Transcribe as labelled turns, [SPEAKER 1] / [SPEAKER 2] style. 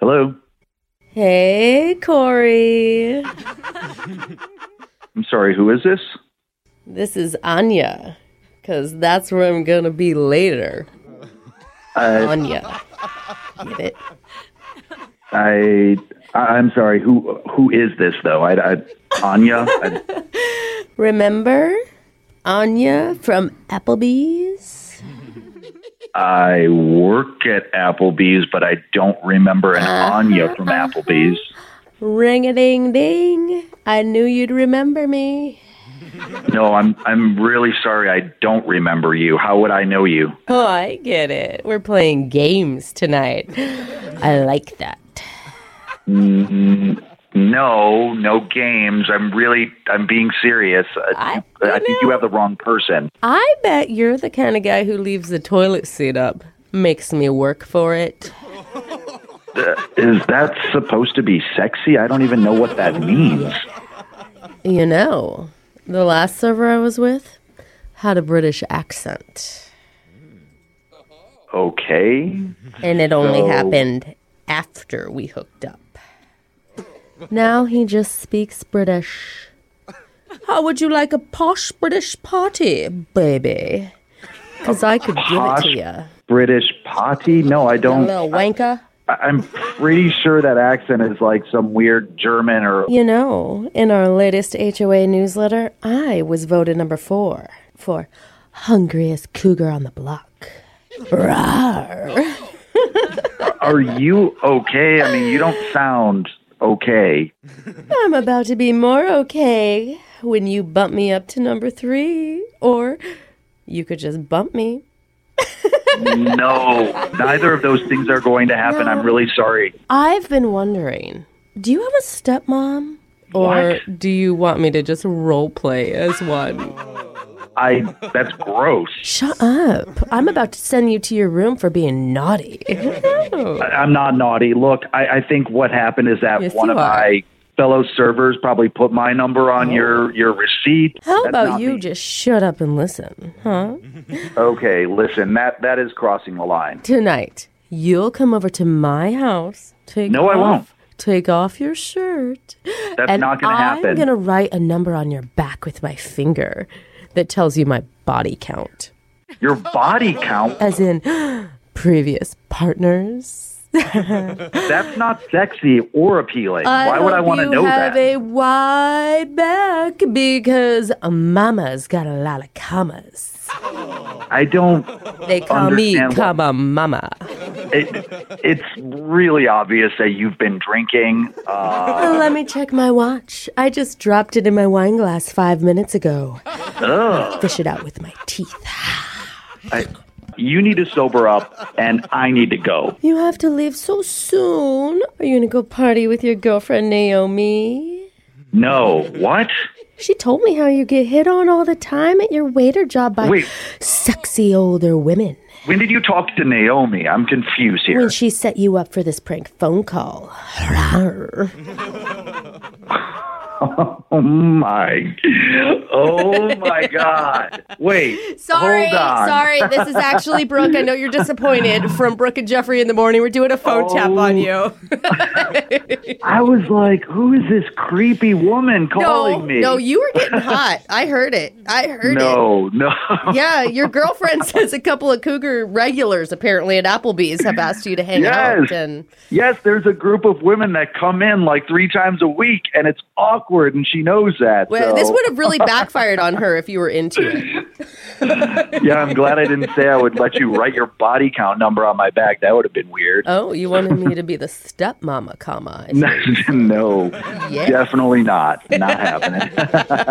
[SPEAKER 1] Hello.
[SPEAKER 2] Hey, Corey.
[SPEAKER 1] I'm sorry, who is this?
[SPEAKER 2] This is Anya, because that's where I'm going to be later.
[SPEAKER 1] Uh,
[SPEAKER 2] Anya. Get it?
[SPEAKER 1] I, I I'm sorry. Who who is this though? I, I Anya. I,
[SPEAKER 2] Remember Anya from Applebee's?
[SPEAKER 1] I work at Applebee's, but I don't remember an Anya from Applebee's.
[SPEAKER 2] Ring a ding ding. I knew you'd remember me.
[SPEAKER 1] No, I'm I'm really sorry. I don't remember you. How would I know you?
[SPEAKER 2] Oh, I get it. We're playing games tonight. I like that.
[SPEAKER 1] No, no games. I'm really I'm being serious.
[SPEAKER 2] I-
[SPEAKER 1] I, I think you have the wrong person.
[SPEAKER 2] I bet you're the kind of guy who leaves the toilet seat up. Makes me work for it.
[SPEAKER 1] Is that supposed to be sexy? I don't even know what that means.
[SPEAKER 2] You know, the last server I was with had a British accent.
[SPEAKER 1] Okay.
[SPEAKER 2] And it only
[SPEAKER 1] So-
[SPEAKER 2] happened after we hooked up. Now he just speaks British. How would you like a posh British party, baby? Because I could give it
[SPEAKER 1] posh-
[SPEAKER 2] to you.
[SPEAKER 1] British potty? No, I
[SPEAKER 2] A
[SPEAKER 1] don't.
[SPEAKER 2] little wanker.
[SPEAKER 1] I- I'm pretty sure that accent is like some weird German or
[SPEAKER 2] You know, in our latest HOA newsletter, I was voted number four for hungriest cougar on the block. Rawr.
[SPEAKER 1] Are you okay? I mean, you don't sound okay.
[SPEAKER 2] I'm about to be more okay when you bump me up to number three, or you could just bump me.
[SPEAKER 1] No, neither of those things are going to happen. I'm really sorry.
[SPEAKER 2] I've been wondering do you have a stepmom? Or do you want me to just role play as one?
[SPEAKER 1] I that's gross.
[SPEAKER 2] Shut up. I'm about to send you to your room for being naughty.
[SPEAKER 1] I- I'm not naughty. Look, I, I think what happened is that
[SPEAKER 2] Yes,
[SPEAKER 1] one
[SPEAKER 2] you
[SPEAKER 1] of
[SPEAKER 2] are.
[SPEAKER 1] my fellow servers probably put my number on your your receipt.
[SPEAKER 2] How
[SPEAKER 1] That's
[SPEAKER 2] about
[SPEAKER 1] not
[SPEAKER 2] you
[SPEAKER 1] me.
[SPEAKER 2] just shut up and listen, huh?
[SPEAKER 1] Okay, listen. That that is crossing the line.
[SPEAKER 2] Tonight, you'll come over to my house. Take
[SPEAKER 1] No, I
[SPEAKER 2] off,
[SPEAKER 1] won't.
[SPEAKER 2] Take off your shirt.
[SPEAKER 1] That's
[SPEAKER 2] and
[SPEAKER 1] not going to happen.
[SPEAKER 2] I'm going to write a number on your back with my finger that tells you my body count,
[SPEAKER 1] Your body count.
[SPEAKER 2] as in previous partners.
[SPEAKER 1] That's not sexy or appealing. Why would I
[SPEAKER 2] hope
[SPEAKER 1] want to
[SPEAKER 2] you
[SPEAKER 1] know
[SPEAKER 2] have
[SPEAKER 1] that?
[SPEAKER 2] a wide back because Mama's got a lot of commas.
[SPEAKER 1] I don't.
[SPEAKER 2] They call me
[SPEAKER 1] Understand what-
[SPEAKER 2] comma Mama.
[SPEAKER 1] It, it's really obvious that you've been drinking. Uh,
[SPEAKER 2] Oh, let me check my watch. I just dropped it in my wine glass five minutes ago.
[SPEAKER 1] Oh.
[SPEAKER 2] Fish it out with my teeth.
[SPEAKER 1] I, you need to sober up, and I need to go.
[SPEAKER 2] You have to leave so soon. Are you gonna go party with your girlfriend Naomi?
[SPEAKER 1] No, what?
[SPEAKER 2] She told me how you get hit on all the time at your waiter job by
[SPEAKER 1] Wait.
[SPEAKER 2] sexy older women.
[SPEAKER 1] When did you talk to Naomi? I'm confused here.
[SPEAKER 2] When she set you up for this prank phone call. Rawr.
[SPEAKER 1] Oh my! Oh my God! Wait.
[SPEAKER 2] Sorry,
[SPEAKER 1] Hold on.
[SPEAKER 2] sorry. This is actually Brooke. I know you're disappointed from Brooke and Jeffrey in the morning. We're doing a phone tap on you.
[SPEAKER 1] I was like, who is this creepy woman calling
[SPEAKER 2] no,
[SPEAKER 1] me?
[SPEAKER 2] No, you were getting hot. I heard it. I heard it.
[SPEAKER 1] no, no.
[SPEAKER 2] Yeah, your girlfriend says a couple of cougar regulars apparently at Applebee's have asked you to hang
[SPEAKER 1] Yes.
[SPEAKER 2] out and
[SPEAKER 1] Yes, there's a group of women that come in like three times a week, and it's awkward, and she knows that.
[SPEAKER 2] well, this
[SPEAKER 1] so-
[SPEAKER 2] would have really backfired on her if you were into it.
[SPEAKER 1] yeah, I'm glad I didn't say I would let you write your body count number on my back. That would have been weird.
[SPEAKER 2] Oh, you wanted me to be the stepmama, comma.
[SPEAKER 1] no, definitely not. Not happening.